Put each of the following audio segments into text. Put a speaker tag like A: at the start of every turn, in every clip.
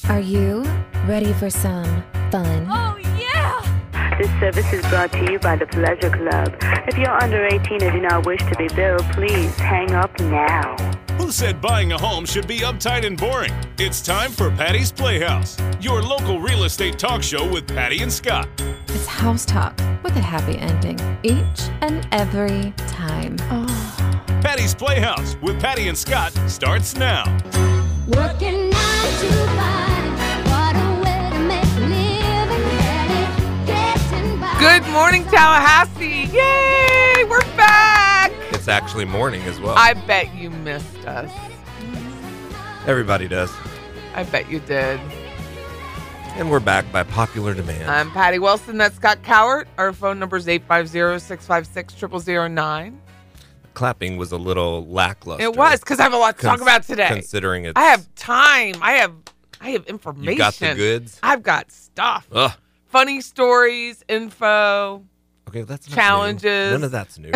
A: Are you ready for some fun?
B: Oh, yeah!
C: This service is brought to you by the Pleasure Club. If you're under 18 and do not wish to be billed, please hang up now.
D: Who said buying a home should be uptight and boring? It's time for Patty's Playhouse, your local real estate talk show with Patty and Scott.
A: It's house talk with a happy ending each and every time.
D: Patty's Playhouse with Patty and Scott starts now.
E: Working nine to five, what a way to make a living. Barely getting by.
F: Good morning, Tallahassee. Yay, we're back.
G: It's actually morning as well.
F: I bet you missed us.
G: Everybody does.
F: I bet you did.
G: And we're back by popular demand.
F: I'm Patty Wilson. That's Scott Cowart. Our phone number is 850 656 0009.
G: Clapping was a little lackluster.
F: It was because I have a lot to
G: Cons-
F: talk about today.
G: Considering it's
F: I have time. I have I have information.
G: you got the goods.
F: I've got stuff.
G: Ugh.
F: Funny stories, info.
G: Okay, that's not new.
F: Challenges.
G: None of that's new.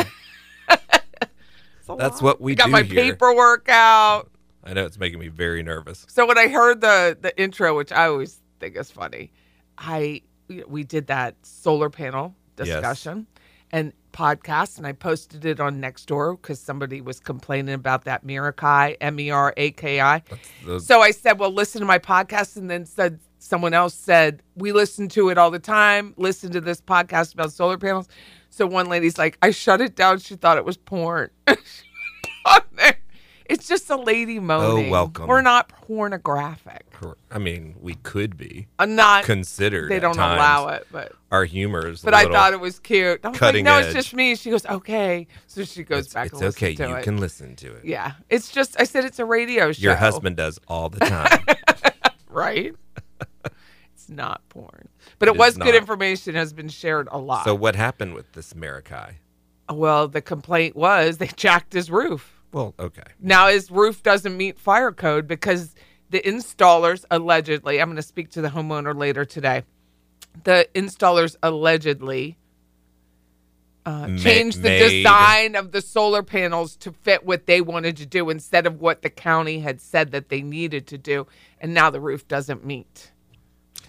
F: It's a
G: That's
F: lot.
G: what we
F: I got
G: do
F: my
G: here.
F: paperwork out.
G: I know it's making me very nervous.
F: So when I heard the the intro, which I always think is funny, I we did that solar panel
G: Yes.
F: discussion and podcast, and I posted it on Nextdoor because somebody was complaining about that Mirakai M E R A K I.
G: Those-
F: So I said, "Well, listen to my podcast," and then said someone else said, "We listen to it all the time. Listen to this podcast about solar panels." So one lady's like, "I shut it down. She thought it was porn." On there. it's just a lady moaning.
G: Oh, welcome.
F: We're not pornographic.
G: Cor- I mean, we could be
F: I'm not.
G: considered.
F: they don't allow it, but
G: Our humor is. a
F: but I
G: little-
F: thought it was cute. I was like,
G: cutting
F: "No,
G: edge.
F: it's just me." She goes, "Okay." So she goes
G: it's,
F: back.
G: it's
F: and listens
G: okay.
F: to
G: you
F: it.
G: can listen to it.
F: Yeah, it's just. I said it's a radio show.
G: Your husband does all the time.
F: right? it's not porn, but it,
G: It is
F: was good
G: not.
F: information. Has been shared a lot.
G: so what happened with this Marikai?
F: well, the complaint was they jacked his roof.
G: Well, okay.
F: Now his roof doesn't meet fire code because the installers allegedly. I'm going to speak to the homeowner later today. The installers allegedly. Uh,
G: Ma-
F: changed the
G: made-
F: design of the solar panels to fit what they wanted to do instead of what the county had said that they needed to do. And now the roof doesn't meet.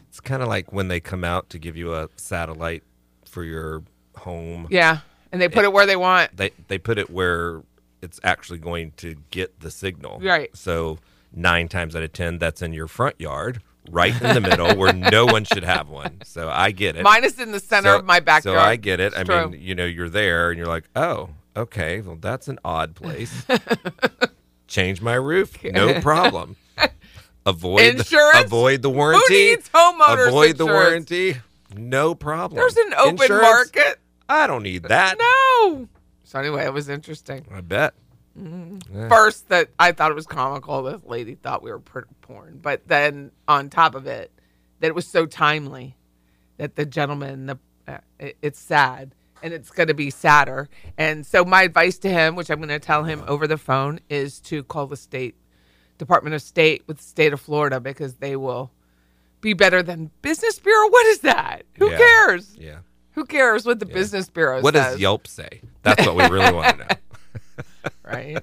G: It's kind of like when they come out to give you a satellite for your home.
F: Yeah, and they put it, where they want.
G: They they put it where it's actually going to get the signal.
F: Right.
G: So nine times out of ten, that's in your front yard, right in the middle, where no one should have one. So I get it.
F: Mine is in the center
G: So-
F: of my backyard.
G: So I get it. I
F: It's
G: mean,
F: true.
G: you know, you're there and you're like, oh, okay, well, that's an odd place. Change my roof, no problem. Avoid
F: Insurance?
G: avoid the
F: who
G: warranty.
F: needs homeowners
G: avoid the
F: insurance?
G: warranty. No problem.
F: There's an open
G: Insurance?
F: market.
G: I don't need that.
F: No. So anyway, it was interesting.
G: I bet.
F: First, that I thought it was comical. This lady thought we were pr- porn, but then on top of it, that it was so timely that the gentleman, the uh, it- it's sad, and it's going to be sadder. And so my advice to him, which I'm going to tell him over the phone, is to call the state Department of State with the state of Florida because they will be better than Business Bureau. What is that? Who
G: Yeah.
F: cares?
G: Yeah.
F: Who cares what the Business Bureau
G: What
F: says?
G: does Yelp say? That's what we really want to know.
F: right?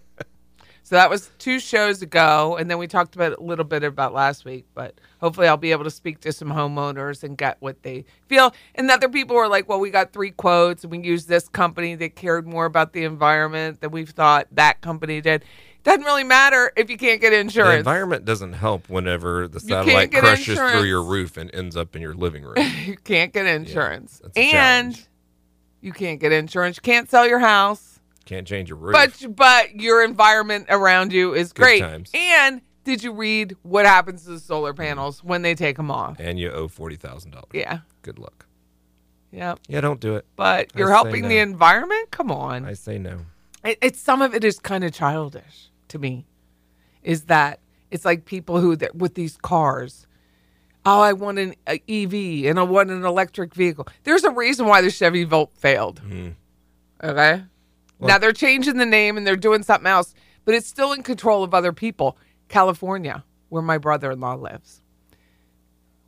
F: so that was two shows ago, and then we talked about a little bit about last week. But hopefully, I'll be able to speak to some homeowners and get what they feel. And other people were like, "Well, we got three quotes, and we used this company that cared more about the environment than we thought that company did." Doesn't really matter if you can't get
G: The
F: insurance.
G: environment doesn't help whenever the
F: can't
G: satellite
F: get
G: crushes
F: insurance.
G: through your roof and ends up in your living room.
F: you can't get insurance,
G: that's a
F: and
G: challenge.
F: you can't get insurance. You can't sell your house.
G: Can't change your roof.
F: But but your environment around you is great.
G: times.
F: And did you read what happens to the solar panels when they take them off?
G: and you owe forty thousand dollars.
F: Yeah.
G: Good luck.
F: Yep.
G: Yeah, don't do it.
F: But
G: I
F: you're
G: say
F: helping the
G: no.
F: environment? Come on.
G: I say no.
F: it, it's some of it is kind of childish to me. Is that it's like people who that with these cars. Oh, I want an a EV and I want an electric vehicle. There's a reason why the Chevy Volt failed.
G: Hmm.
F: Okay. now they're changing the name and they're doing something else, but it's still in control of other people. California, where my brother-in-law lives.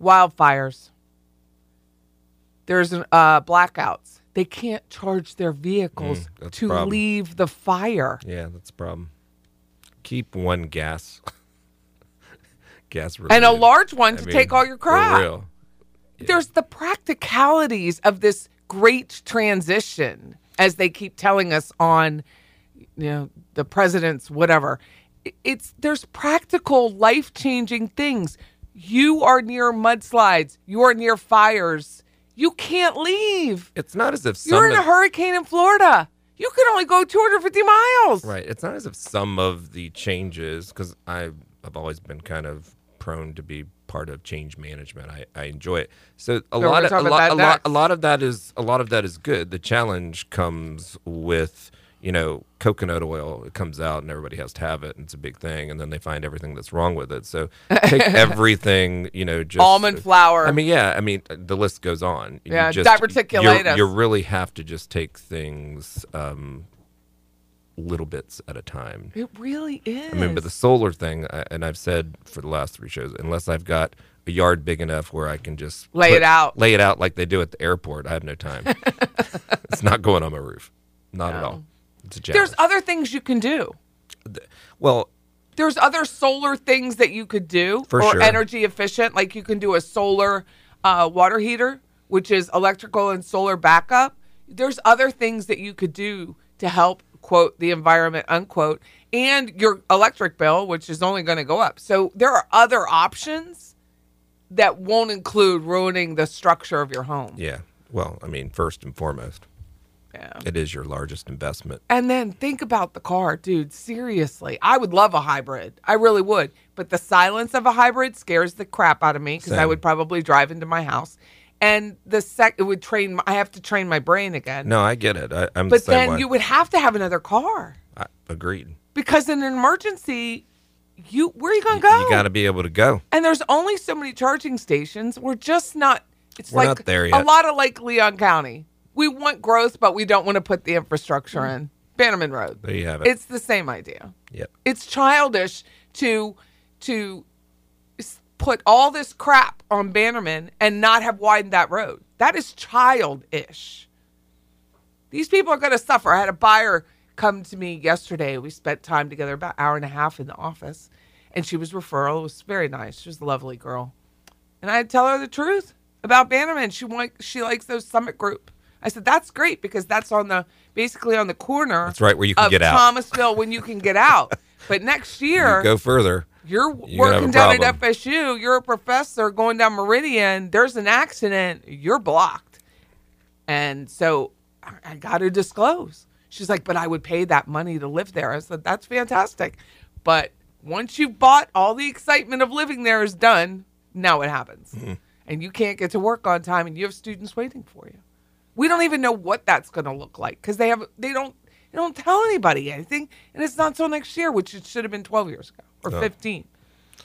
F: Wildfires. There's an, uh, blackouts. They can't charge their vehicles
G: Hmm, that's a
F: to
G: problem.
F: leave the fire.
G: Yeah, that's a problem. Keep one gas. gas
F: and a
G: related.
F: large one
G: I
F: to
G: mean,
F: take all your
G: for
F: crap.
G: real.
F: There's the practicalities of this great transition, as they keep telling us on, you know, the president's whatever. I- It's there's practical life changing things. You are near mudslides. You are near fires. You can't leave.
G: It's not as if some
F: You're in a
G: of-
F: hurricane in Florida. You can only go 250 miles.
G: Right. It's not as if some of the changes, because I've always been kind of prone to be part of change management. I, I enjoy it. So a
F: we're
G: lot, of,
F: gonna
G: a,
F: talk about
G: lot,
F: that
G: a lot,
F: next.
G: a lot of that is a lot of that is good. The challenge comes with you know coconut oil. It comes out and everybody has to have it, and it's a big thing. And then they find everything that's wrong with it. So take everything. You know, just
F: Almond flour.
G: I mean, yeah. I mean, the list goes on. You
F: Yeah,
G: just- you're-
F: diverticulitis.
G: You really have to just take things. Um, little bits at a time.
F: It really is.
G: I mean, but the solar thing, I, and I've said for the last three shows, unless I've got a yard big enough where I can just
F: Lay it out.
G: lay it out like they do at the airport, I have no time. it's not going on my roof, not at all. It's a challenge.
F: there's other things you can do.
G: well,
F: there's other solar things that you could do
G: For
F: or
G: sure.
F: energy efficient. Like you can do a solar uh, water heater, which is electrical and solar backup. There's other things that you could do to help quote the environment unquote and your electric bill, which is only going to go up. So there are other options that won't include ruining the structure of your home.
G: yeah. Well, I mean, first and foremost,
F: Yeah.
G: it is your largest investment.
F: And then think about the car, dude. Seriously, I would love a hybrid. I really would. But the silence of a hybrid scares the crap out of me because I
G: Same.
F: would probably drive into my house. And the sec, it would train. I have to train my brain again.
G: No, I get it. I, I'm the
F: but
G: same
F: then
G: way.
F: you would have to have another car
G: I, agreed.
F: because in an emergency, you where are you gonna go?
G: You got to be able to go.
F: and there's only so many charging stations. We're just not. It's
G: We're
F: like
G: not there
F: a
G: yet.
F: lot of like Leon County. We want growth, but we don't want to put the infrastructure in. Bannerman Road.
G: Hmm. There you have it.
F: It's the same idea.
G: Yep.
F: It's childish to to s- put all this crap on Bannerman and not have widened that road. That is childish. These people are going to suffer. I had a buyer come to me yesterday. We spent time together about hour and a half in the office, and she was referral. It was very nice. She was a lovely girl, and I tell her the truth about Bannerman. She want, she likes those Summit Group. I said that's great because that's on the basically on the corner.
G: That's right, where you can
F: of
G: get out.
F: Thomasville when you can get out. but next year,
G: You go further.
F: you're
G: You're gonna have
F: working
G: a
F: down at
G: problem.
F: FSU, you're a professor going down Meridian, there's an accident, you're blocked. And so I, I got to disclose. She's like, but I would pay that money to live there. I said, that's fantastic.
G: Mm-hmm.
F: But once you've bought, all the excitement of living there is done. Now what happens? and you can't get to work on time and you have students waiting for you. We don't even know what that's going to look like because they have they don't they don't tell anybody anything, and it's not till next year, which it should have been 12 years ago or 15.
G: Oh,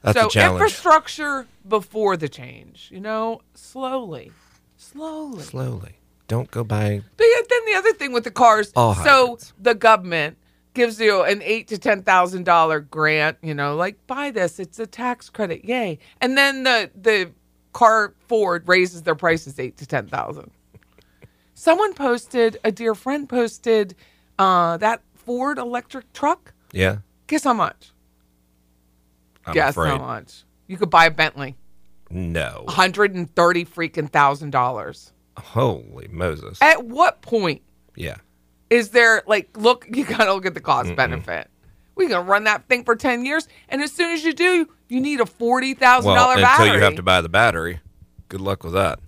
G: That's
F: so
G: a challenge.
F: infrastructure before the change, you know, slowly, slowly.
G: Slowly. Don't go buy.
F: But yet then the other thing with the cars,
G: All
F: so
G: hybrids.
F: the government gives you an eight to ten thousand dollar grant, you know, like buy this, it's a tax credit, yay! And then the the car Ford raises their prices eight to ten thousand. Someone posted, a dear friend posted, uh, that Ford electric truck.
G: Yeah.
F: Guess how much?
G: I'm
F: Guess
G: afraid.
F: how much? You could buy a Bentley,
G: No.
F: hundred and thirty freaking thousand dollars.
G: Holy Moses.
F: At what point
G: Yeah.
F: is there like look you gotta look at the cost benefit we can run that thing for 10 years and as soon as you do you need a $40000
G: Well, until
F: battery
G: you have to buy the battery. Good luck with that.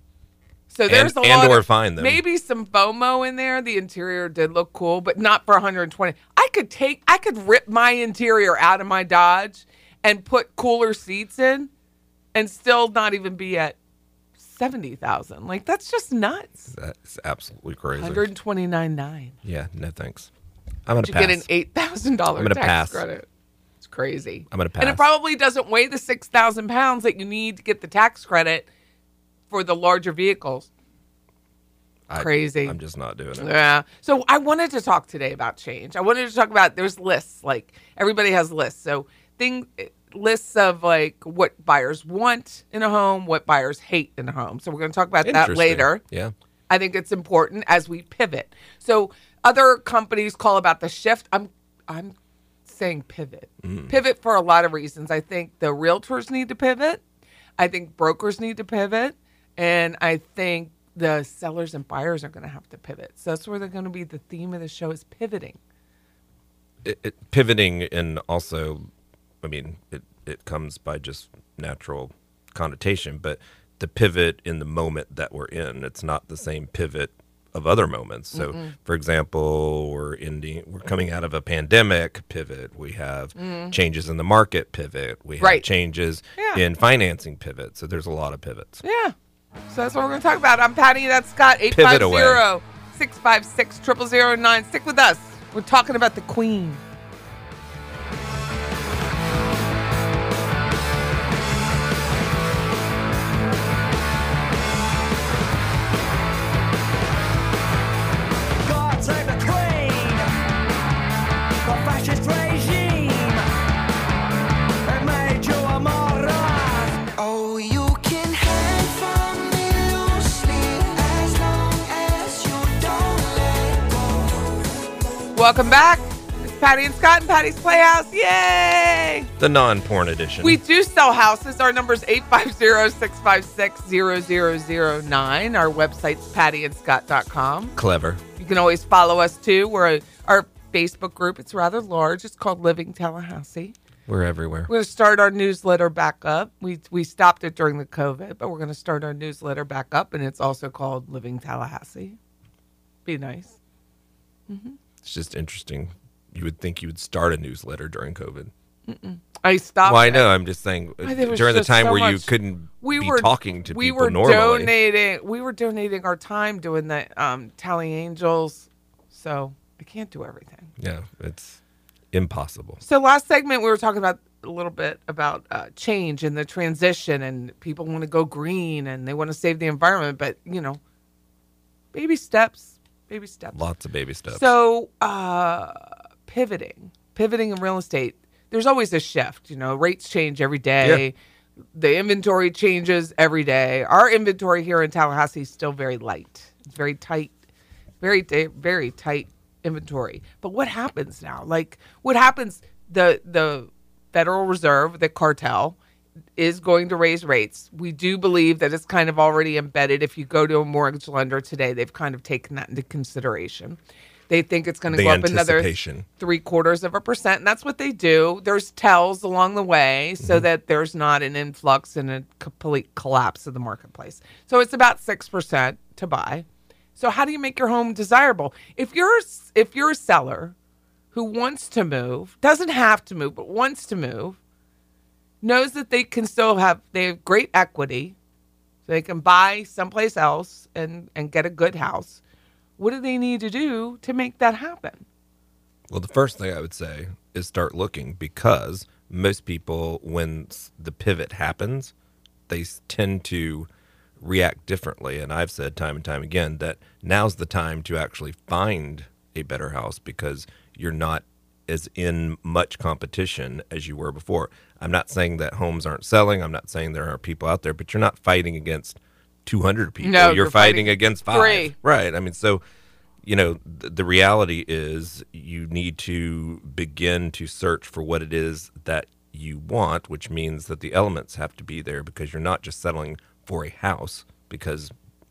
F: so there's
G: and-
F: a
G: and
F: lot
G: or
F: of-
G: find them.
F: maybe some fomo in there the interior did look cool but not for 120 i could take i could rip my interior out of my dodge and put cooler seats in and still not even be at 70000 like that's just nuts
G: That's absolutely crazy.
F: 129.9
G: Yeah. No thanks. I'm gonna
F: to
G: pass.
F: get an eight thousand dollar
G: I'm gonna
F: tax
G: pass.
F: credit. It's crazy.
G: I'm gonna
F: And
G: pass.
F: it probably doesn't weigh the six thousand pounds that you need to get the tax credit for the larger vehicles.
G: I-
F: crazy.
G: I'm just not doing it.
F: Yeah. So I wanted to talk today about change. I wanted to talk about there's lists like everybody has lists. So thing lists of like what buyers want in a home, what buyers hate in a home. So we're going to talk about that
G: Interesting.
F: later.
G: Yeah.
F: I think it's important as we pivot. So other companies call about the shift. I'm I'm saying pivot.
G: Mm.
F: Pivot for a lot of reasons. I think the realtors need to pivot. I think brokers need to pivot, and I think the sellers and buyers are going to have to pivot. So that's where they're going to be the theme of the show is pivoting.
G: it, it, pivoting and also, I mean, it, it comes by just natural connotation, but the pivot in the moment that we're in, it's not the same pivot of other moments. So, for example, we're ending, we're coming out of a pandemic pivot. We have changes in the market pivot. We have
F: Mm. Right.
G: changes
F: Yeah.
G: in financing pivot. So there's a lot of pivots.
F: Yeah. So that's what we're going to talk about. I'm Patty. That's Scott.
G: Pivot away.
F: 850 656 0009. Stick with us. We're talking about the queen.
H: God save the Queen, the fascist regime. It made you a moron. Oh, you can hang from me loosely as long as you don't let go.
F: Welcome back. It's Patty and Scott and Patty's Playhouse. Yay!
G: The non porn edition.
F: We do sell houses. Our number is 850-656-0009. Our website's pattyandscott.com.
G: Clever.
F: You can always follow us too. We're a, our Facebook group. It's rather large. It's called Living Tallahassee.
G: We're everywhere.
F: We're going to start our newsletter back up. We we stopped it during the COVID, but we're going to start our newsletter back up, and it's also called Living Tallahassee. Be nice.
G: It's just interesting. You would think you would start a newsletter during COVID.
F: I stopped.
G: Well, I
F: it.
G: know. I'm just saying uh,
F: I- there was
G: during the
F: just
G: time
F: so
G: where you
F: much-
G: couldn't
F: we
G: be
F: were
G: talking to
F: we
G: people
F: were
G: normally.
F: donating we were donating our time doing the um tally angels so i can't do everything
G: yeah, it's impossible.
F: so last segment we were talking about a little bit about uh, change and the transition and people want to go green and they want to save the environment but you know baby steps baby steps
G: Lots of baby steps.
F: So, uh, pivoting, pivoting in real estate, there's always a shift. You know, rates change every day. The inventory changes every day. Our inventory here in Tallahassee is still very light. It's very tight, very ti- very tight inventory. But what happens now? Like, what happens? The the Federal Reserve, the cartel, is going to raise rates. We do believe that it's kind of already embedded. If you go to a mortgage lender today, they've kind of taken that into consideration. They think it's going to
G: The
F: go up another
G: anticipation.
F: three quarters of a percent. And that's what they do. There's tells along the way so that there's not an influx and a complete collapse of the marketplace. So it's about 6% to buy. So how do you make your home desirable? If you're a s- if you're a seller who wants to move, doesn't have to move, but wants to move, knows that they can still have they have great equity so they can buy someplace else and and get a good house. What do they need to do to make that happen?
G: Well, the first thing I would say is start looking because most people, when s- the pivot happens, they s- tend to react differently. And I've said time and time again that now's the time to actually find a better house because you're not as in much competition as you were before. I'm not saying that homes aren't selling. I'm not saying there aren't people out there, but you're not fighting against 200 people.
F: No,
G: you're,
F: you're
G: fighting,
F: fighting
G: against five.
F: three.
G: Right. I mean, so you know, th- the reality is you need to begin to search for what it is that you want, which means that the elements have to be there because you're not just settling for a house. Because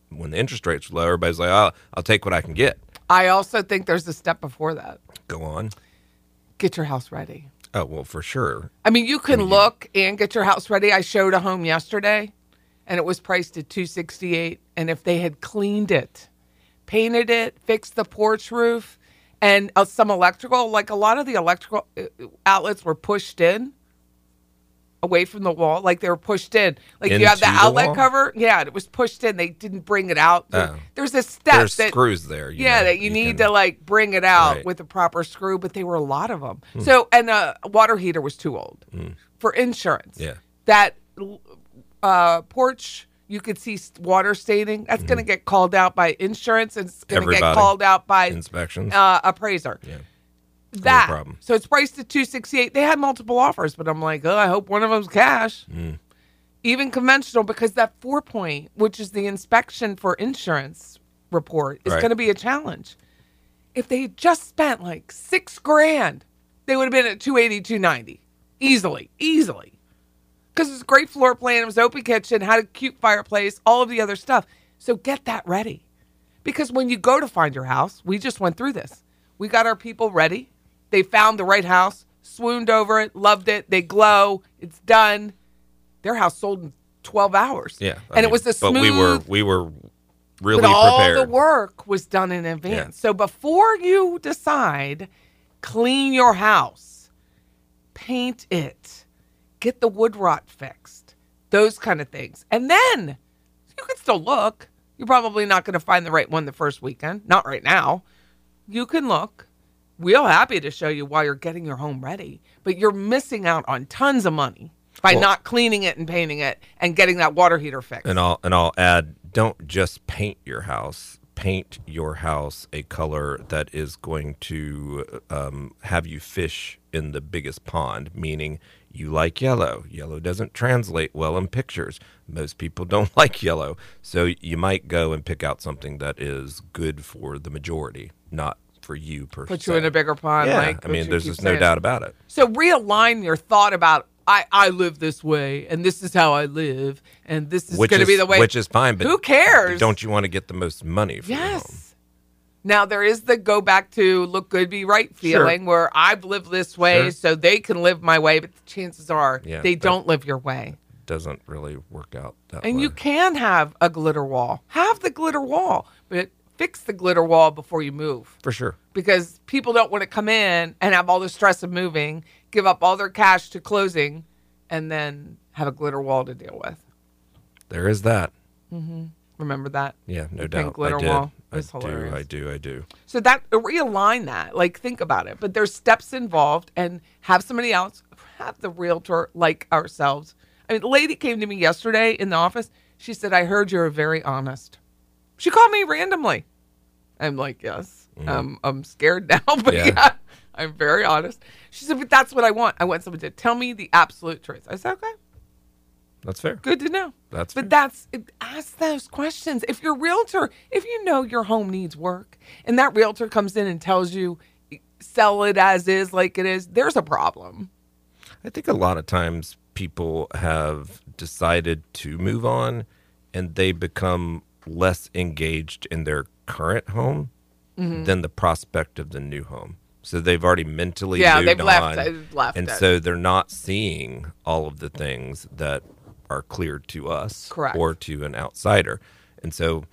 G: when the interest rates are low, everybody's like, oh, I'll take what I can get.
F: I also think there's a step before that.
G: Go on.
F: Get your house ready.
G: Oh, well, for sure.
F: I mean, you can look and get your house ready. I showed a home yesterday, and it was priced at two sixty eight. And if they had cleaned it, painted it, fixed the porch roof, and uh, some electrical, like a lot of the electrical uh, outlets were pushed in away from the wall, like they were pushed in. Like you have the
G: Into the
F: outlet
G: wall?
F: cover, yeah, and it was pushed in. They didn't bring it out.
G: Oh.
F: There's a step
G: There's
F: that
G: screws there. you
F: yeah,
G: know,
F: that you, need
G: can-
F: to like bring it out
G: Right. Hmm.
F: with a proper screw, but they were a lot of them. So, and a water heater was too old for insurance.
G: Yeah.
F: That uh, porch, you could see s- water staining. That's going to get called out by insurance and it's going to get
G: Mm-hmm. Everybody.
F: called out by
G: Inspections.
F: uh, appraiser.
G: Yeah.
F: That.
G: problem.
F: So it's priced at 268. They had multiple offers, but I'm like, oh, I hope one of them's cash.
G: Mm.
F: Even conventional, because that four point, which is the inspection for insurance report, is
G: Right.
F: going to be a challenge. If they had just spent like six grand, they would have been at 280, 290. Easily, easily. Because it's a great floor plan. It was an open kitchen, had a cute fireplace, all of the other stuff. So get that ready. Because when you go to find your house, we just went through this. We got our people ready. They found the right house, swooned over it, loved it. They glow. It's done. Their house sold in 12 hours.
G: yeah.
F: and
G: I
F: it
G: mean,
F: was the smooth.
G: But we were, we were really
F: but all
G: prepared.
F: the work was done in advance. So before you decide, clean your house, paint it, get the wood rot fixed, those kind of things. And then you can still look. You're probably not going to find the right one the first weekend, not right now. You can look. We're happy to show you while you're getting your home ready, but you're missing out on tons of money by
G: Well-
F: not cleaning it and painting it and getting that water heater fixed.
G: and I'll and I'll add don't just paint your house paint your house a color that is going to um, have you fish in the biggest pond meaning you like yellow yellow doesn't translate well in pictures most people don't like yellow so you might go and pick out something that is good for the majority not for you per
F: Put
G: se.
F: you in a bigger pond.
G: yeah
F: like,
G: i
F: what
G: mean
F: you
G: there's
F: keep
G: just no
F: saying.
G: doubt about it
F: So realign your thought about I, I live this way and this is how I live and this is
G: which
F: going to
G: is
F: be the way.
G: which is fine but
F: who cares?
G: don't you want to get the most money for your home?
F: Yes. Now there is the go back to look good, be right feeling where I've lived this way,
G: Sure.
F: so they can live my way, but the chances are
G: Yeah,
F: they
G: that-
F: don't live your way.
G: doesn't really work out that
F: And
G: way.
F: you can have a glitter wall. Have the glitter wall, but fix the glitter wall before you move.
G: For sure.
F: because people don't want to come in and have all the stress of moving, give up all their cash to closing, and then have a glitter wall to deal with.
G: There is that.
F: Remember that?
G: Yeah, no
F: The
G: doubt.
F: Pink glitter
G: I did.
F: wall
G: I
F: is hilarious.
G: do, I do, I do.
F: So that realign that. Like think about it. But there's steps involved, and have somebody else, have the realtor like ourselves. I mean, the lady came to me yesterday in the office. She said, "I heard you're very honest." She called me randomly. I'm like, "Yes, um, I'm scared now, but
G: Yeah.
F: yeah. I'm very honest." She said, "But that's what I want. I want someone to tell me the absolute truth." I said, "Okay,
G: That's fair.
F: good to know."
G: That's fair.
F: But that's it- ask those questions. If your realtor, if you know your home needs work, and that realtor comes in and tells you "E, sell it as is, like it is, there's a problem.
G: I think a lot of times people have decided to move on and they become less engaged in their current home
F: Mm-hmm.
G: than the prospect of the new home. So they've already mentally
F: Yeah,
G: moved
F: they've
G: on,
F: left- they've left
G: and
F: it.
G: so they're not seeing all of the things that are clear to us
F: Correct.
G: or to an outsider. And so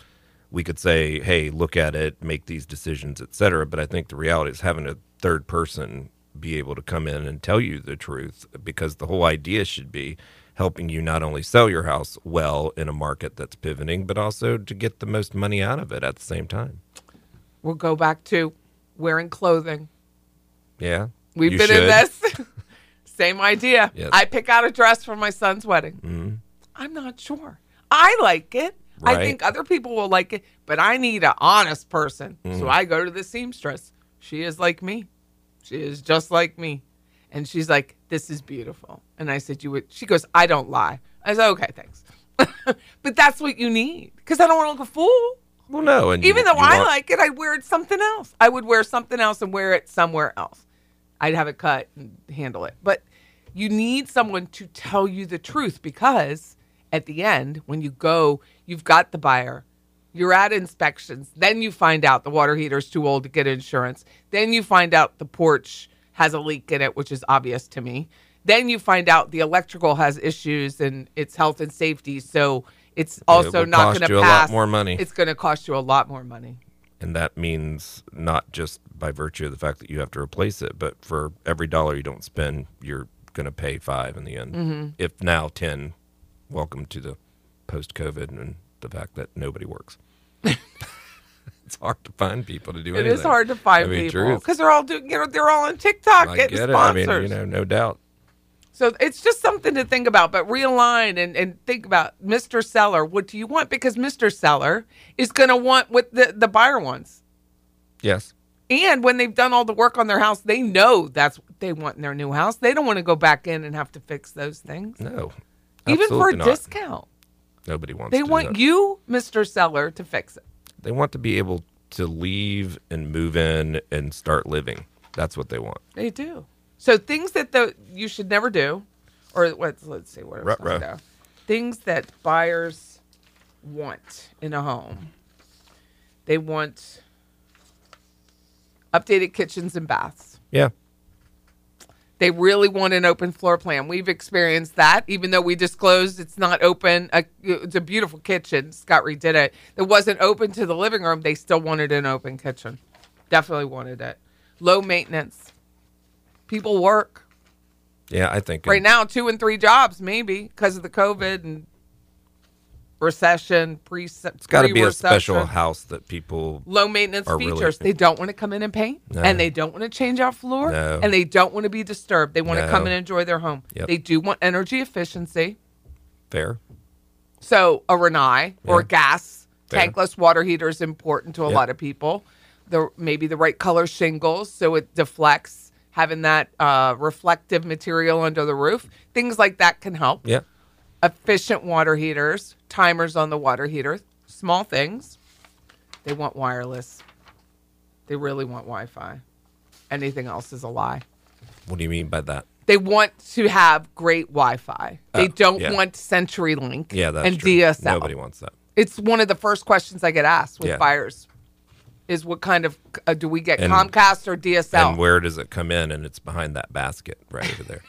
G: we could say, "Hey, look at it, make these decisions, etc." But I think the reality is having a third person be able to come in and tell you the truth because the whole idea should be, helping you not only sell your house well in a market that's pivoting, but also to get the most money out of it at the same time.
F: We'll go back to wearing clothing.
G: Yeah.
F: We've
G: you
F: been in
G: should.
F: this. Same idea.
G: Yes. Mm-hmm.
F: I pick out a dress for my son's wedding. I'm not sure. I like it. I
G: Right.
F: think other people will like it, but I need an honest person.
G: Mm.
F: So I go to the seamstress. She is like me. She is just like me. And she's like, This is beautiful. And I said, You would. She goes, I don't lie. I said, Okay, thanks. but that's what you need because I don't want to look a fool.
G: Well, no. And you-
F: Even though
G: you
F: I
G: want-
F: like it, I wear it something else. I would wear something else and wear it somewhere else. I'd have it cut and handle it. But you need someone to tell you the truth because at the end, when you go, you've got the buyer. You're at inspections. Then you find out the water heater's too old to get insurance. Then you find out the porch has a leak in it, which is obvious to me. Then you find out the electrical has issues and it's health and safety. So it's also
G: will
F: not
G: cost
F: going to
G: you a lot
F: pass.
G: more money.
F: It's going to cost you a lot more money.
G: And that means not just by virtue of the fact that you have to replace it, but for every dollar you don't spend, you're going to pay five in the end.
F: Mm-hmm.
G: If now 10, welcome to the post COVID and the fact that nobody works. it's hard to find people to do
F: It
G: anything.
F: is hard to find
G: I mean,
F: people
G: truth.
F: because they're all doing, you know, they're all on TikTok
G: I
F: getting
G: get it. I
F: sponsors.
G: mean, you know, no doubt.
F: So it's just something to think about, but realign and, and think about Mr. Seller. What do you want? Because Mr. Seller is going to want what the, the buyer wants.
G: Yes.
F: And when they've done all the work on their house, they know that's what they want in their new house. They don't want to go back in and have to fix those things,
G: No.
F: even for
G: Absolutely
F: a
G: not.
F: discount.
G: Nobody wants
F: They
G: to do
F: want
G: that.
F: you, Mr. Seller, to fix it.
G: They want to be able to leave and move in and start living. That's what they want.
F: They do. So things that the you should never do, or let's let's see what I was
G: Ruh-roh.
F: gonna go. Things that buyers want in a home. They want updated kitchens and baths.
G: Yeah.
F: They really want an open floor plan. We've experienced that, even though we disclosed it's not open. A, it's a beautiful kitchen. Scott redid it. It wasn't open to the living room. They still wanted an open kitchen. Definitely wanted it. Low maintenance. People work
G: Yeah, I think
F: right now, two and three jobs maybe because of the COVID and recession. Pre,
G: It's got to be a special house that people.
F: low maintenance
G: are really-
F: features. They don't want to come in and paint,
G: No.
F: and they don't want to change out floor,
G: No.
F: and they don't want to be disturbed. They want to come
G: No.
F: and enjoy their home.
G: Yep.
F: They do want energy efficiency.
G: Fair.
F: So a Renai or
G: Yeah.
F: gas
G: Fair.
F: tankless water heater is important to a
G: Yeah.
F: lot of people. The maybe the right color shingles so it deflects. Having that uh, reflective material under the roof, things like that can help
G: Yeah.
F: efficient water heaters, timers on the water heater, small things. They want wireless. They really want Wi Fi. Anything else is a lie.
G: What do you mean by that?
F: They want to have great Wi Fi. They
G: Oh,
F: don't
G: yeah.
F: want CenturyLink
G: Yeah, that's
F: and uh,
G: true.
F: DSL.
G: Nobody wants that.
F: It's one of the first questions I get asked with
G: Yeah.
F: buyers is what kind of uh, do we get
G: And-
F: Comcast or DSL?
G: And where does it come in? And it's behind that basket right over there.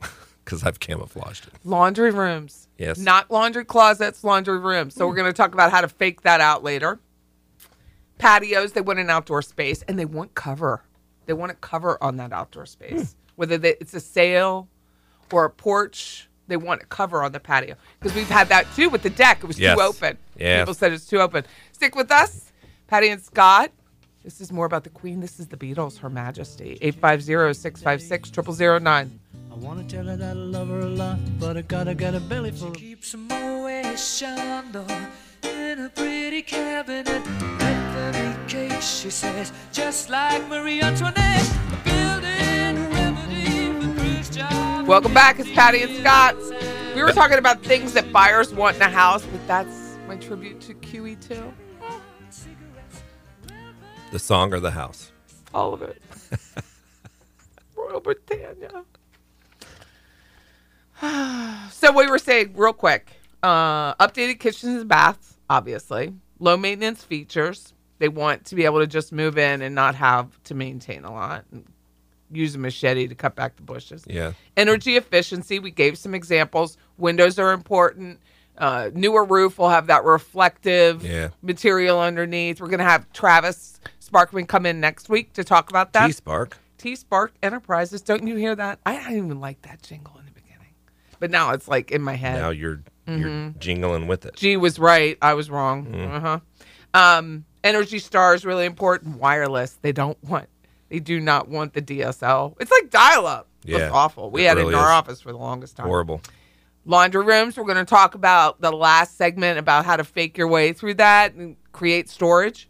G: Because I've camouflaged it.
F: laundry rooms.
G: Yes.
F: Not laundry closets, laundry rooms. So we're going to talk about how to fake that out later. Patios, they want an outdoor space and they want cover. They want a cover on that outdoor space. Whether they, it's a sail or a porch, they want a cover on the patio. Because we've had that too with the deck. It was
G: Yes.
F: too open.
G: Yes.
F: People said it's too open. Stick with us, Patty and Scott. This is more about the Queen. This is the Beatles, Her Majesty. 850 656 0009.
I: I wanna tell her that I love her a lot, but I gotta get a belly full. She keeps a Moet Chandon in a pretty cabinet. Anthony cake, she says, just like Marie Antoinette. A building a remedy for Khrushchev.
F: Welcome back. It's Patty and Scott. We were talking about things that buyers want in a house, but that's my tribute to E QE2.
G: The song or the house?
F: All of it. Royal Britannia. so we were saying real quick, uh, updated kitchens and baths, obviously. Low maintenance features. They want to be able to just move in and not have to maintain a lot. And use a machete to cut back the bushes.
G: Yeah.
F: Energy efficiency, we gave some examples. Windows are important. Uh, newer roof will have that reflective
G: Yeah.
F: material underneath. We're going to have Travis Sparkman come in next week to talk about
G: T
F: that.
G: Spark.
F: T Spark Enterprises. Don't you hear that? I didn't even like that jingle in the beginning. But now it's like in my head.
G: Now you're you're
F: Mm-hmm.
G: jingling with it.
F: G was right. I was wrong.
G: Mm.
F: Uh huh. Um, Energy Star is really important. Wireless. They don't want. They do not want the DSL. It's like dial up.
G: Yeah,
F: it's awful. We
G: it
F: had
G: really
F: it in our
G: is.
F: office for the longest time.
G: Horrible.
F: Laundry rooms. We're going to talk about the last segment about how to fake your way through that and create storage.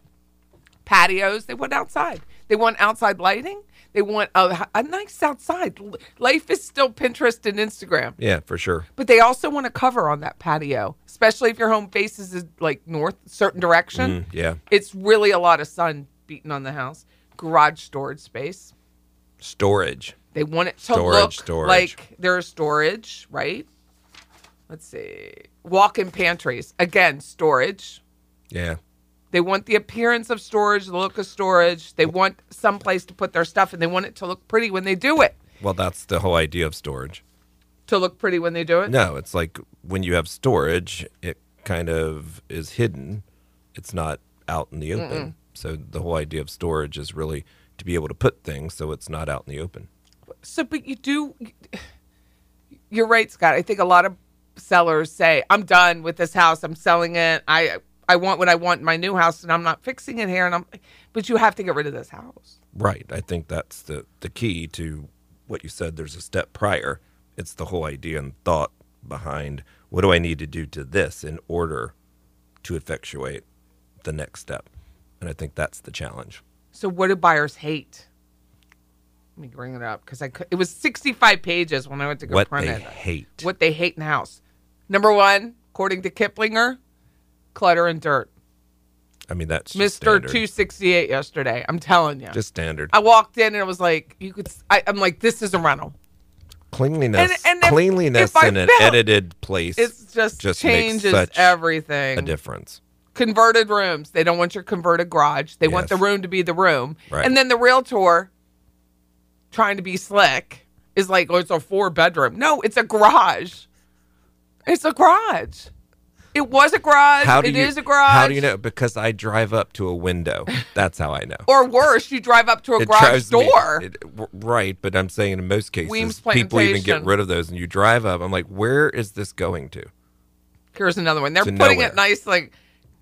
F: Patios. They want outside. They want outside lighting. They want a, a nice outside. L- Life is still Pinterest and Instagram
G: Yeah, for sure.
F: but they also want a cover on that patio, especially if your home faces is like north, certain direction.
G: Mm, yeah.
F: It's really a lot of sun beating on the house. Garage storage space.
G: Storage.
F: They want it to
G: Storage,
F: look
G: storage.
F: like there's storage, right? Let's see. Walk-in pantries. Again, storage.
G: Yeah.
F: They want the appearance of storage, the look of storage. They want some place to put their stuff, and they want it to look pretty when they do it.
G: Well, that's the whole idea of storage.
F: To look pretty when they do it.
G: No, it's like when you have storage, it kind of is hidden. It's not out in the open. So the whole idea of storage is really to be able to put things so it's not out in the open.
F: So, but you do. You're right, Scott. I think a lot of sellers say, "I'm done with this house. I'm selling it. I I want what I want in my new house, and I'm not fixing it here." And I'm, but you have to get rid of this house.
G: Right. I think that's the, the key to what you said. There's a step prior. It's the whole idea and thought behind what do I need to do to this in order to effectuate the next step. And I think that's the challenge.
F: So, what do buyers hate? Let me bring it up because I could, it was 65 pages when I went to go
G: what
F: print
G: they
F: it.
G: hate.
F: What they hate in the house. Number one, according to Kiplinger, clutter and dirt.
G: I mean, that's just
F: Mister
G: standard.
F: 268 yesterday. I'm telling you.
G: Just standard.
F: I walked in and it was like, you could. I, I'm like, this is a rental.
G: cleanliness
F: And- and if-
G: cleanliness
F: if I
G: in an
F: felt-
G: edited place
F: It's just,
G: just makes
F: changes
G: such
F: everything.
G: a difference
F: converted rooms. They don't want your converted garage. They want the
G: Yes.
F: room to be the room.
G: Right.
F: And then the realtor, trying to be slick, is like, oh, it's a four bedroom. No, it's a garage. It's a garage. It was a garage.
G: how do
F: It
G: you
F: is a garage.
G: how do you know because i drive up to a window that's how i know
F: Or worse, you drive up to a garage
G: drives me-
F: door.
G: it- w- right but i'm saying in most cases
F: Weems
G: people even get
F: Plantation.
G: rid of those and you drive up i'm like where is this going to
F: Here's another one. They're
G: To
F: putting
G: nowhere.
F: it nice, like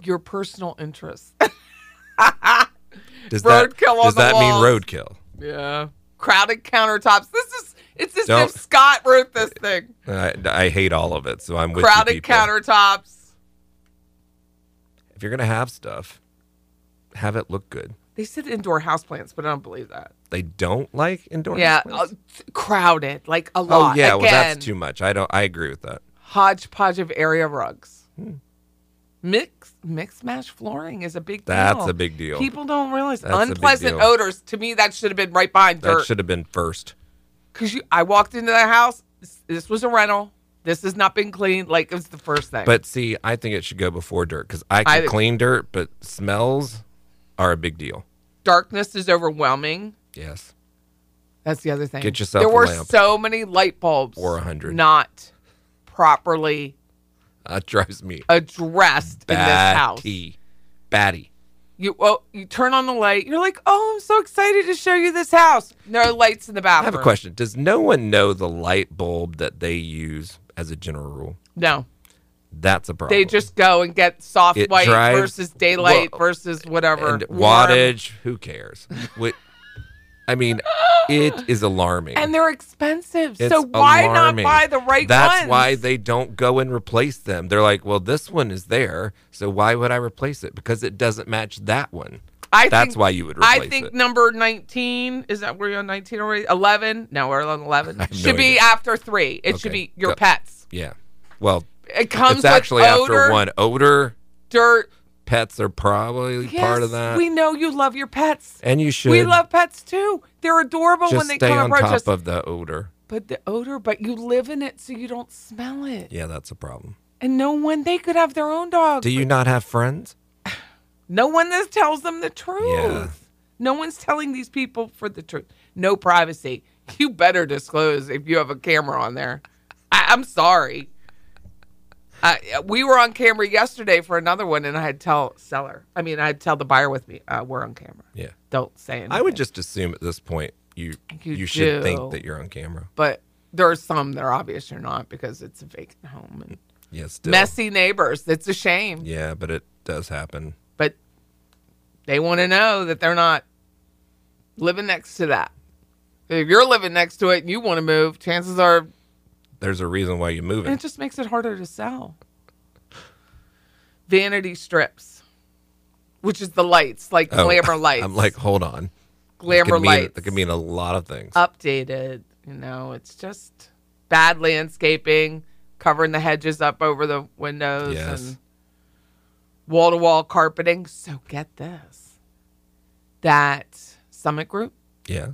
F: your personal interests.
G: does that
F: Roadkill on
G: does
F: the
G: that mean
F: walls.
G: roadkill
F: yeah. Crowded countertops. This is. It's as
G: Don't-
F: if Scott wrote this thing.
G: I, I hate all of it so i'm with you
F: crowded
G: people.
F: countertops.
G: if you're gonna have stuff have it look good
F: They said indoor houseplants, but I don't believe that.
G: they don't like indoor
F: yeah,
G: houseplants?
F: uh, th- crowded, like a
G: oh
F: lot.
G: yeah
F: Again,
G: well that's too much i don't i agree with that
F: hodgepodge of area rugs.
G: Hmm.
F: Mix mix mash flooring is a big
G: That's
F: deal.
G: a big deal.
F: People don't realize
G: That's a big
F: unpleasant
G: deal.
F: odors. To me, that should have been right behind
G: That
F: dirt.
G: should have been first.
F: Because you, I walked into the house. s- This was a rental. This has not been cleaned. Like it was the first thing.
G: But see, I think it should go before dirt because I
F: I
G: can
F: think-
G: clean dirt, but smells are a big deal.
F: darkness is overwhelming.
G: Yes.
F: That's the other thing.
G: Get yourself
F: There
G: a
F: were
G: lamp.
F: so many light bulbs,
G: Or a hundred.
F: not properly
G: That drives me
F: addressed in this house.
G: batty. Batty.
F: You well, you turn on the light. You're like, oh, I'm so excited to show you this house. No lights in the
G: I
F: bathroom.
G: have a question. Does no one know the light bulb that they use as a general rule?
F: No,
G: That's a problem.
F: they just go and get soft
G: Oh. It
F: white
G: drives-
F: versus daylight
G: Well,
F: versus whatever.
G: and
F: warm.
G: wattage. Who cares? What? I mean, it is alarming.
F: and they're expensive.
G: It's
F: so why
G: alarming.
F: not buy the right
G: That's
F: ones?
G: why they don't go and replace them. They're like, well, this one is there, so why would I replace it? Because it doesn't match that one.
F: I
G: That's
F: think-
G: why you would replace
F: I think
G: it.
F: number 19 is that we're on 19 already? 11? No, we're on 11.
G: have no
F: Should be
G: idea.
F: after three. It should
G: Okay,
F: be your
G: go.
F: pets.
G: Yeah. Well,
F: It comes
G: it's
F: with
G: actually
F: odor,
G: after one odor.
F: dirt.
G: Pets are probably part of
F: Yes,
G: that,
F: We know you love your pets.
G: and you should
F: We love pets too. They're adorable
G: just
F: when they
G: stay
F: come
G: on
F: approach
G: top
F: us.
G: of the odor.
F: but the odor, but you live in it, so you don't smell it.
G: Yeah, that's a problem.
F: And no one, they could have their own dog.
G: Do you not have friends?
F: no one that tells them the truth.
G: Yeah.
F: No one's telling these people for the truth. No privacy. You better disclose if you have a camera on there. I, I'm sorry. Uh, we were on camera yesterday for another one, and I had to tell seller. I mean, I had to tell the buyer with me, uh, we're on camera.
G: Yeah.
F: Don't say anything.
G: I would just assume at this point you
F: You
G: you, should
F: do.
G: think that you're on camera.
F: but there are some that are obvious you're not because it's a vacant home and
G: Yeah, still.
F: messy neighbors. It's a shame,
G: Yeah, but it does happen.
F: but they want to know that they're not living next to that. If you're living next to it and you want to move, chances are
G: There's a reason why you're
F: and
G: moving.
F: it just makes it harder to sell. Vanity strips, which is the lights, like
G: Oh,
F: glamour lights.
G: I'm like, hold on. That
F: glamour
G: could mean,
F: lights.
G: That could mean a lot of
F: Uh,
G: things.
F: updated. You know, it's just bad landscaping, covering the hedges up over the windows,
G: Yes.
F: and wall to wall carpeting. So get this that Summit Group,
G: yeah.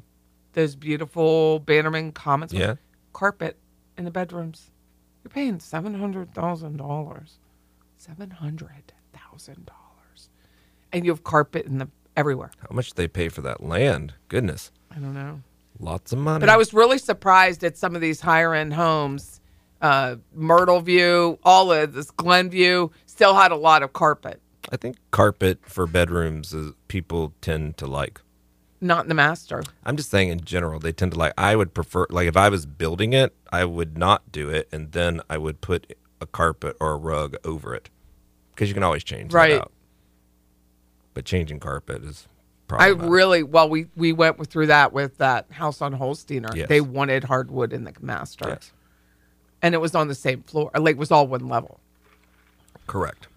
F: those beautiful Bannerman Commons
G: Yeah.
F: carpet in the bedrooms. You're paying seven hundred thousand dollars, seven hundred thousand dollars, and you have carpet in the everywhere.
G: How much they pay for that land? Goodness.
F: I don't know.
G: Lots of money.
F: But I was really surprised at some of these higher end homes. Uh, Myrtle View, all of this Glenview still had a lot of carpet.
G: I think carpet for bedrooms is people tend to like.
F: Not in the master.
G: I'm just saying in general, they tend to like. I would prefer, like, if I was building it, I would not do it, and then I would put a carpet or a rug over it because you can always change
F: Right.
G: that out. But changing carpet is
F: I
G: probably
F: really well we we went with- through that with that house on Holsteiner.
G: Yes.
F: They wanted hardwood in the master,
G: yes,
F: and it was on the same floor. Like it was all one level.
G: correct.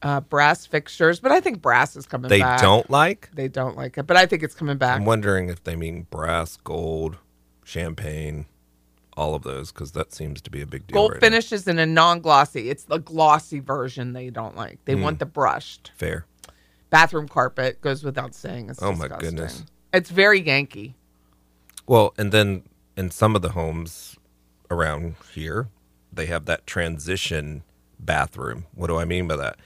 F: Uh, brass fixtures, but I think brass is coming
G: They
F: back.
G: don't like.
F: They don't like it, but I think it's coming back.
G: I'm wondering if they mean brass, gold, champagne, all of those because that seems to be a big deal.
F: Gold
G: right now.
F: finishes in a non-glossy. It's the glossy version they don't like.
G: Hmm.
F: They want the brushed.
G: fair.
F: bathroom carpet goes without saying. It's
G: Oh, my
F: disgusting.
G: goodness.
F: It's very Yankee.
G: Well, and then in some of the homes around here, they have that transition bathroom. What do I mean by that?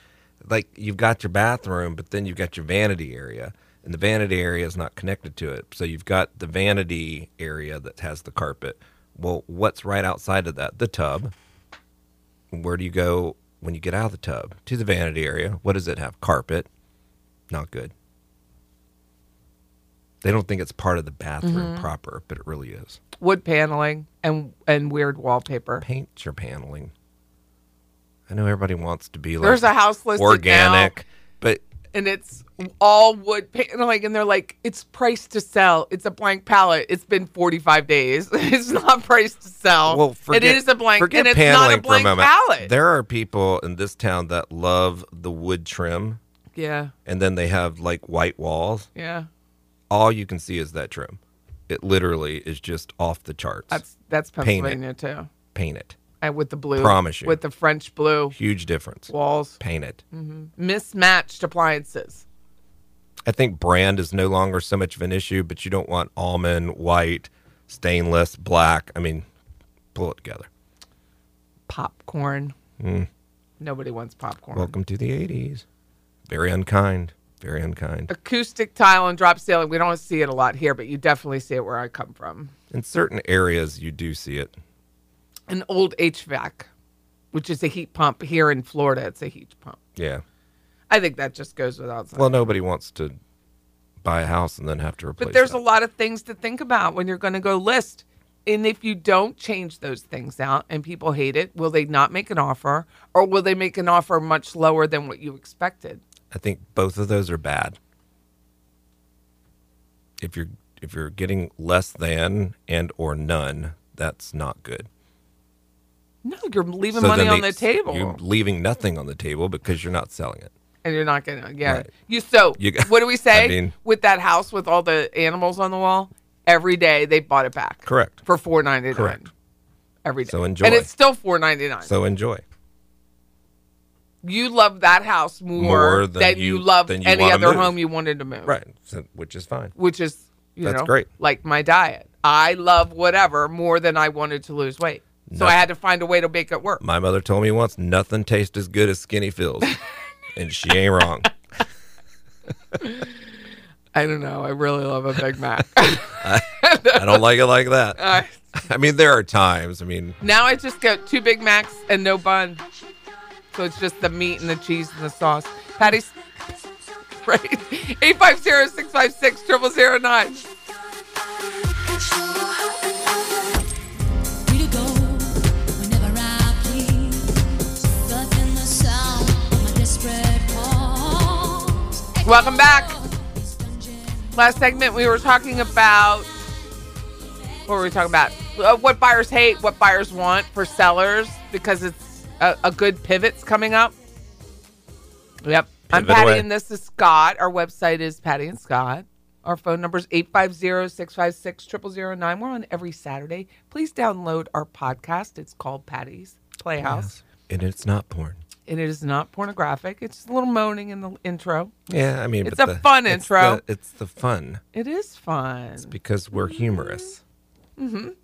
G: Like you've got your bathroom, but then you've got your vanity area, and the vanity area is not connected to it. So you've got the vanity area that has the carpet. Well, what's right outside of that? The tub. Where do you go when you get out of the tub? To the vanity area. What does it have? Carpet. Not good. They don't think it's part of the bathroom proper, but it really is.
F: Wood paneling and and weird wallpaper.
G: Paint your paneling. I know everybody wants to be like
F: There's a house listed now.
G: organic, but
F: And it's all wood paneling and they're like, it's priced to sell. It's a blank palette. It's been forty five days. it's not priced to sell.
G: well, forget,
F: it is a blank
G: forget
F: and it's
G: paneling
F: not a blank
G: for a moment.
F: palette.
G: There are people in this town that love the wood trim,
F: yeah.
G: and then they have like white walls.
F: Yeah.
G: All you can see is that trim. It literally is just off the charts.
F: That's that's
G: Paint it.
F: Pennsylvania too.
G: Paint it.
F: And with the blue.
G: Promise you.
F: With the French blue
G: Huge difference.
F: walls.
G: Paint it.
F: mm. Mismatched appliances.
G: I think brand is no longer so much of an issue, but you don't want almond, white, stainless, black. I mean, pull it together.
F: popcorn.
G: Mm.
F: Nobody wants popcorn.
G: Welcome to the 80s. Very unkind. Very unkind.
F: Acoustic tile and drop ceiling. We don't see it a lot here, but you definitely see it where I come from.
G: In certain areas, you do see it.
F: An old HVAC, which is a heat pump here in Florida. It's a heat pump.
G: Yeah.
F: I think that just goes without saying.
G: Well, nobody wants to buy a house and then have to replace
F: but there's
G: that.
F: a lot of things to think about when you're going to go list. And if you don't change those things out and people hate it, will they not make an offer or will they make an offer much lower than what you expected?
G: I think both of those are bad. If you're if you're getting less than and or none, that's not good.
F: No, you're leaving
G: So
F: money
G: then
F: on
G: they-
F: the table.
G: You're leaving nothing on the table because you're not selling it.
F: and you're not gonna yeah
G: Right.
F: you so
G: You-
F: what do we say
G: I mean-
F: with that house with all the animals on the wall every day they bought it back
G: Correct.
F: for 4.99
G: Correct.
F: every day
G: So enjoy.
F: and it's still 4.99
G: So enjoy
F: you love that house more,
G: More than
F: than, you
G: you-
F: love
G: than you
F: any
G: wanna
F: other
G: move.
F: home you wanted to move
G: right, so, which is fine.
F: which is you
G: That's
F: know
G: great.
F: like my diet i love whatever more than i wanted to lose weight so
G: Nothing-
F: i had to find a way to make it work
G: My mother told me once, nothing tastes as good as skinny fills, and she ain't wrong.
F: i don't know i really love a big mac
G: I don't like it like that. I mean, there are times. I mean,
F: Now I just get two Big Macs and no bun. So it's just the meat and the cheese and the sauce. Patty's right. 850-656-0009. Welcome back. Last segment, we were talking about what were we talking about? Uh, what buyers hate, what buyers want for sellers, because it's a, a good pivot's coming up. Yep. I'm
G: Pivot
F: Patty,
G: away.
F: and this is Scott. Our website is Patty and Scott. Our phone number is 850 656 0009. We're on every Saturday. Please download our podcast. It's called Patty's Playhouse,
G: And it's not porn.
F: and it is not pornographic. It's just a little moaning in the intro.
G: Yeah, I mean,
F: It's
G: but
F: a
G: the-
F: fun
G: it's
F: intro.
G: the- it's the fun
F: It is fun.
G: because we're humorous.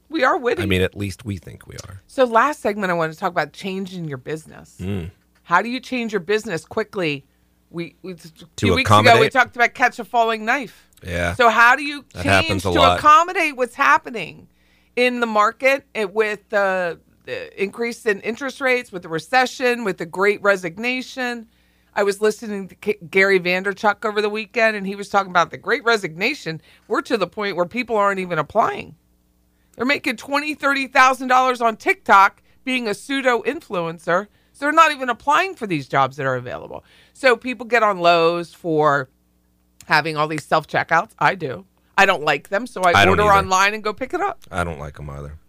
F: We are witty.
G: I mean, at least we think we are.
F: So last segment, I wanted to talk about changing your business.
G: Mm.
F: How do you change your business quickly? We, we two weeks ago we
G: accommodate-
F: talked about catch a falling knife.
G: Yeah.
F: So how do you
G: That
F: change
G: happens
F: to
G: a lot.
F: accommodate what's happening in the market it, with the, the increase in interest rates, with the recession, with the Great Resignation? I was listening to K- Gary Vanderchuck over the weekend, and he was talking about the Great Resignation. We're to the point where people aren't even applying. They're making twenty, thirty thousand dollars on TikTok being a pseudo influencer. So they're not even applying for these jobs that are available. So people get on Lowe's for having all these self checkouts. I do. I don't like them, so I,
G: I don't
F: order
G: either.
F: online and go pick it up.
G: I don't like them either.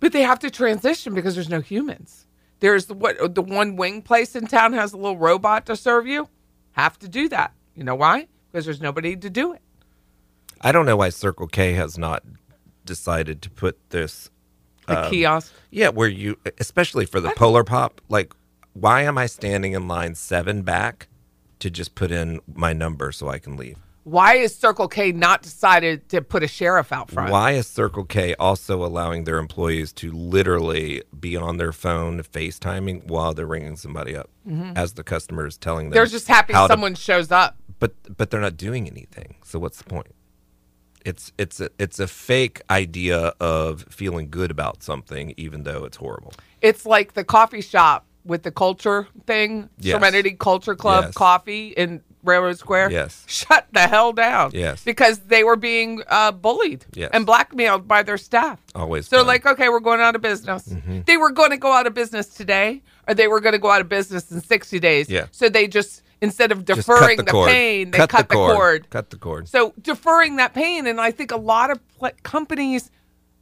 F: But they have to transition because there's no humans. There's the, what the one wing place in town has a little robot to serve you. Have to do that. You know why? Because there's nobody to do it.
G: I don't know why Circle K has not decided to put this. Um,
F: The kiosk.
G: Yeah, where you, especially for the Polar Pop, like, why am I standing in line seven back to just put in my number so I can leave?
F: Why is Circle K not decided to put a sheriff out front?
G: Why is Circle K also allowing their employees to literally be on their phone FaceTiming while they're ringing somebody up as the customer is telling them?
F: Mm-hmm. They're just happy
G: how to-
F: someone shows up.
G: but but they're not doing anything. So what's the point? It's it's a, it's a fake idea of feeling good about something, even though it's horrible.
F: It's like the coffee shop with the culture thing,
G: Yes.
F: Serenity Culture Club
G: Yes.
F: coffee in Railroad Square.
G: Yes.
F: Shut the hell down.
G: Yes.
F: Because they were being uh, bullied
G: Yes.
F: and blackmailed by their staff.
G: Always Mm-hmm.
F: So,
G: fun.
F: like, okay, we're going out of business. They were going to go out of business today, or they were going to go out of business in 60 days.
G: Yeah.
F: So they just, instead of
G: Just cut
F: deferring
G: the,
F: the,
G: cord.
F: pain, they cut, the cord.
G: Cut the cord.
F: So deferring that pain, and I think a lot of pl- companies,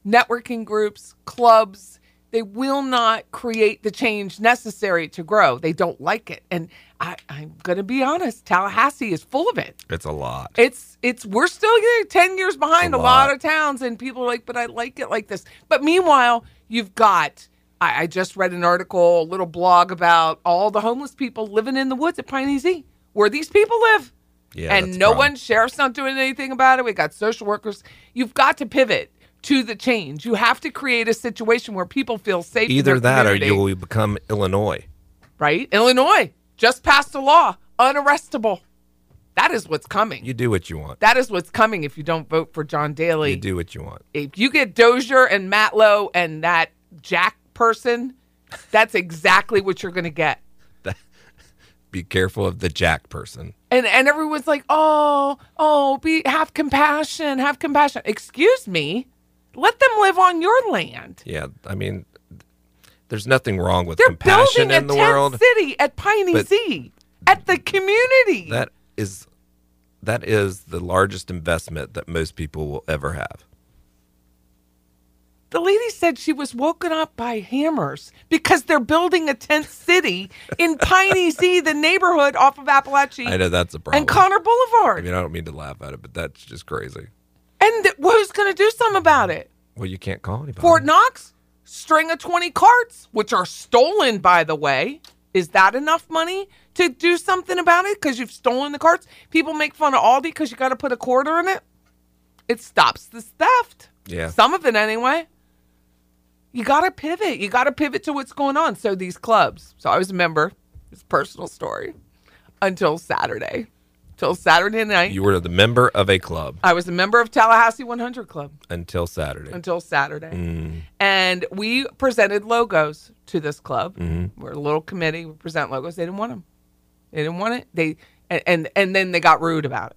F: networking groups, clubs, they will not create the change necessary to grow. They don't like it, and I, I'm going to be honest. Tallahassee is full of it.
G: it's a lot.
F: It's it's we're still getting ten years behind a,
G: a
F: lot.
G: lot.
F: of towns, and people are like, but I like it like this. But meanwhile, you've got. I, I just read an article, a little blog about all the homeless people living in the woods at Piney where these people live
G: yeah,
F: and
G: that's a
F: no
G: problem.
F: one sheriff's not doing anything about it. We got social workers. You've got to pivot to the change. You have to create a situation where people feel safe. in
G: Either
F: their
G: that, or you
F: community,
G: will become Illinois.
F: right. Illinois just passed a law unarrestable. That is what's coming.
G: You do what you want.
F: that is what's coming if you don't vote for John Daly.
G: you do what you want.
F: If you get Dozier and Matlow and that Jack person, that's exactly what you're going to get.
G: Be careful of the Jack person.
F: and and everyone's like, "Oh, oh, be have compassion, have compassion." Excuse me, let them live on your land.
G: Yeah, I mean, there's nothing wrong with
F: They're
G: compassion
F: building a
G: in the
F: tent
G: world.
F: city at Piney
G: But-
F: Z, at the community.
G: That is that is the largest investment that most people will ever have.
F: the lady said she was woken up by hammers because they're building a tent city in Piney Z, the neighborhood off of Appalachia
G: I know that's a problem.
F: and Connor Boulevard.
G: I mean, I don't mean to laugh at it, but that's just crazy.
F: and th- who's going to do something about it?
G: Well, you can't call anybody.
F: Fort Knox, string of 20 carts, which are stolen, by the way. Is that enough money to do something about it? Because you've stolen the carts. People make fun of Aldi because you got to put a quarter in it. It stops this theft.
G: Yeah.
F: Some of it, anyway. You got to pivot. You got to pivot to what's going on. So these clubs. So I was a member. It's a personal story. Until Saturday. Till Saturday night.
G: You were the member of a club
F: I was a member of Tallahassee 100 Club
G: until Saturday.
F: until Saturday.
G: Mm.
F: And we presented logos to this club.
G: Mm-hmm.
F: We're a little committee. We present logos. They didn't want them. They didn't want it. They and, and and then they got rude about it.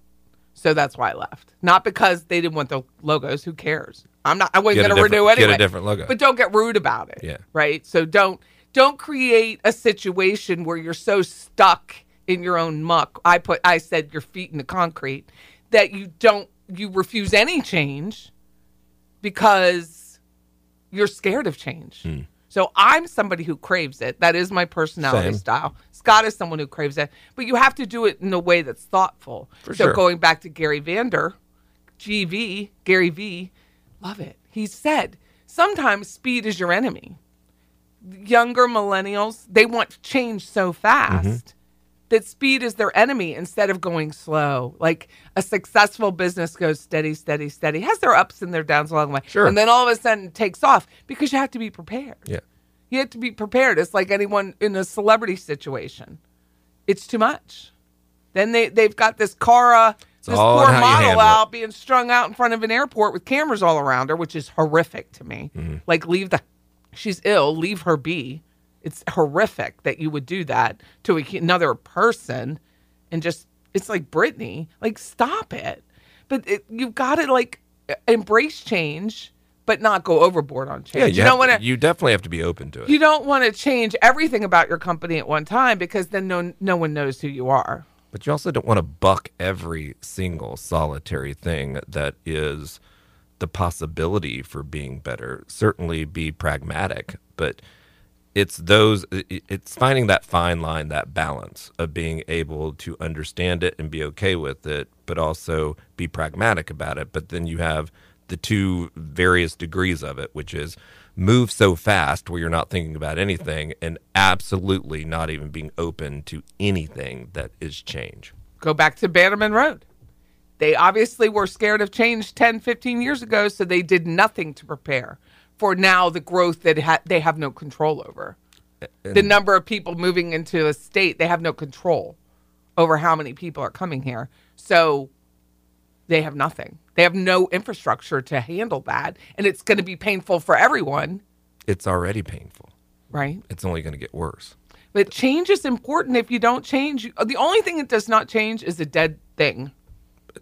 F: So that's why I left. Not because they didn't want the logos. Who cares? I'm not. I
G: Get
F: wasn't
G: a
F: going to renew
G: different-
F: anyway.
G: get a different logo.
F: But don't get rude about it.
G: Yeah.
F: Right. So don't don't create a situation where you're so stuck in your own muck. I put I said your feet in the concrete that you don't you refuse any change because you're scared of change.
G: Hmm.
F: So I'm somebody who craves it. That is my personality
G: Same.
F: style. Scott is someone who craves it, but you have to do it in a way that's thoughtful.
G: For
F: so
G: sure.
F: going back to Gary Vander, GV, Gary V, love it. He said, sometimes speed is your enemy. Younger millennials, they want to change so fast
G: Mm-hmm.
F: that speed is their enemy instead of going slow. Like a successful business goes steady, steady, steady, has their ups and their downs along the way.
G: Sure.
F: And then all of a sudden it takes off because you have to be prepared.
G: Yeah.
F: You have to be prepared. It's like anyone in a celebrity situation. It's too much. Then they, they've got this Cara, this
G: all
F: poor
G: in how you
F: model
G: handle
F: out being strung out in front of an airport with cameras all around her, which is horrific to me.
G: Mm-hmm.
F: Like, leave the, she's ill, leave her be. It's horrific that you would do that to a, another person and just, it's like Britney, like, stop it. But it, you've got to, like, e, embrace change, but not go overboard on change.
G: Yeah, you,
F: you
G: have
F: don't want to.
G: to, you definitely have to be open to it.
F: You don't want to change everything about your company at one time because then no no one knows who you are.
G: but you also don't want to buck every single solitary thing that is the possibility for being better. Certainly be pragmatic, but it's those i- i- it's finding that fine line, that balance of being able to understand it and be okay with it, but also be pragmatic about it. But then you have the two various degrees of it, which is move so fast where you're not thinking about anything and absolutely not even being open to anything that is change.
F: Go back to Bannerman Road. They obviously were scared of change 10, 15 years ago, so they did nothing to prepare for now the growth that ha- they have no control over. the number of people moving into a state, they have no control over how many people are coming here. So they have nothing. They have no infrastructure to handle that. And it's going to be painful for everyone,
G: It's already painful.
F: right?
G: It's only going to get worse.
F: But change is important. If you don't change, you- the only thing that does not change is a dead thing.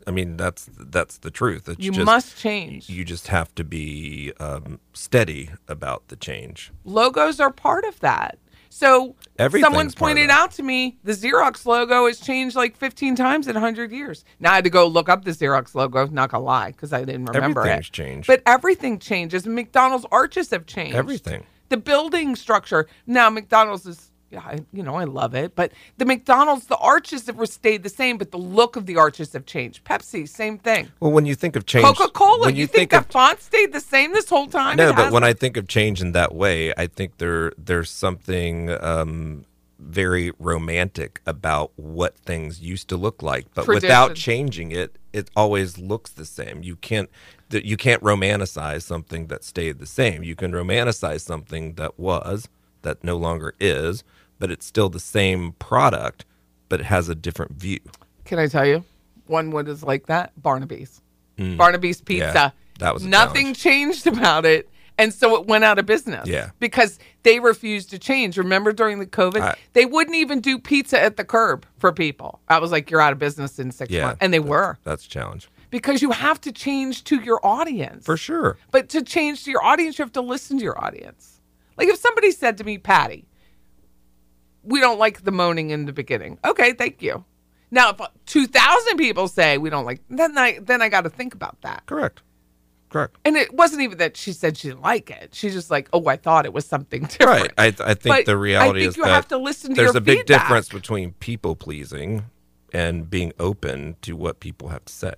G: I mean, that's that's the truth. It's
F: You
G: just-
F: must change.
G: You just have to be um, steady about the change.
F: Logos are part of that. So
G: Everything's
F: someone's
G: part of
F: pointed
G: that.
F: out to me the Xerox logo has changed like 15 times in 100 years. Now I had to go look up the Xerox logo, not gonna lie, because I didn't remember
G: Everything's
F: it.
G: changed.
F: But everything changes. McDonald's arches have changed.
G: Everything.
F: The building structure. Now McDonald's is yeah, I, you know, I love it, but the McDonald's, the arches have stayed the same, but the look of the arches have changed. Pepsi, same thing.
G: Well, when you think of change,
F: Coca Cola.
G: when
F: You, think,
G: of
F: that font stayed the same this whole time?
G: no,
F: It
G: but when
F: hasn't.
G: I think of change in that way, I think there there's something um, very romantic about what things used to look like, but without
F: Tradition.
G: changing it, it always looks the same. You can't that you can't romanticize something that stayed the same. You can romanticize something that was that no longer is, but it's still the same product, but it has a different view.
F: Can I tell you? One what is like that? Barnaby's. Barnaby's Pizza.
G: Mm. Yeah, that was a
F: nothing
G: challenge.
F: changed about it. And so it went out of business.
G: Yeah.
F: Because they refused to change. Remember during the COVID?
G: I-
F: they wouldn't even do pizza at the curb for people. I was like, you're out of business in six
G: Yeah,
F: months. And they
G: that's-
F: were.
G: That's a challenge
F: Because you have to change to your audience.
G: for sure.
F: But to change to your audience, you have to listen to your audience. Like if somebody said to me, Patty, we don't like the moaning in the beginning. Okay, thank you. Now, if 2,000 people say we don't like, then I then I got to think about that.
G: Correct. Correct.
F: And it wasn't even that she said she didn't like it. She's just like, oh, I thought it was something different.
G: Right. I, th- I think
F: But
G: the reality
F: I think
G: is
F: you
G: that
F: have to listen to
G: there's
F: your
G: a big
F: feedback.
G: difference between people pleasing and being open to what people have to say.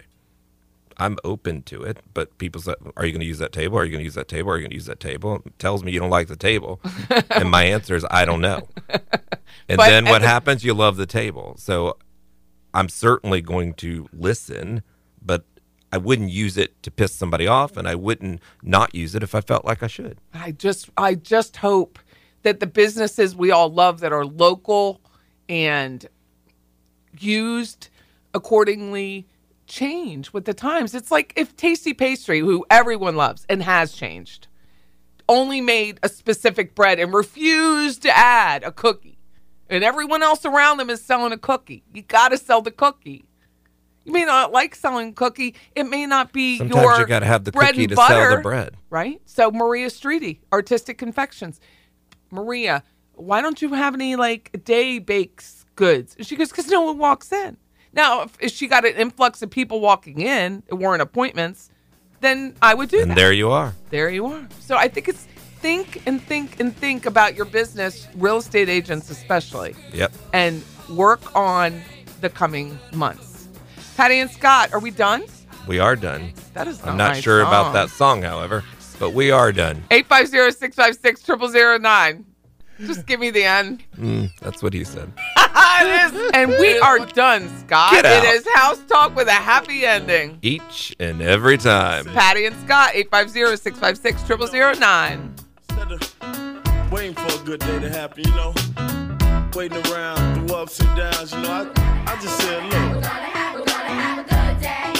G: I'm open to it, but people say, "Are you going to use that table? Are you going to use that table? Are you going to use that table?" It tells me you don't like the table, and my answer is, "I don't know." And
F: But
G: then
F: at
G: what
F: the-
G: happens? You love the table, so I'm certainly going to listen, but I wouldn't use it to piss somebody off, and I wouldn't not use it if I felt like I should.
F: I just I just hope that the businesses we all love that are local and used accordingly change with the times. It's like if Tasty Pastry, who everyone loves and has changed, only made a specific bread and refused to add a cookie. And everyone else around them is selling a cookie. You got to sell the cookie. You may not like selling cookie. It may not be
G: Sometimes
F: your
G: you got to have the
F: bread
G: cookie
F: and
G: to
F: butter
G: sell the bread.
F: right? So Maria Streeti, Artistic Confections. Maria, why don't you have any like day bakes goods. And she goes, because no one walks in. Now, if, if she got an influx of people walking in, it weren't appointments, then I would do
G: And
F: that.
G: there you are.
F: there you are. So I think it's think and think and think about your business, real estate agents especially
G: Yep.
F: and work on the coming months. Patty and Scott, are we done?
G: We are done.
F: That is not
G: I'm not
F: my
G: sure about
F: song.
G: that song, however, but we are done.
F: 850-656-0009. Just give me the end.
G: Mm, That's what he said.
F: Ah, It is- and we are done, Scott.
G: Get out.
F: It is House Talk with a happy ending.
G: Each and every time.
F: Patty and Scott, 850-656-0009.
J: Instead of waiting for a good day to happen, you know, waiting around the ups and downs, you know, I, I just said, look,
E: We're gonna have, we're gonna have a good day.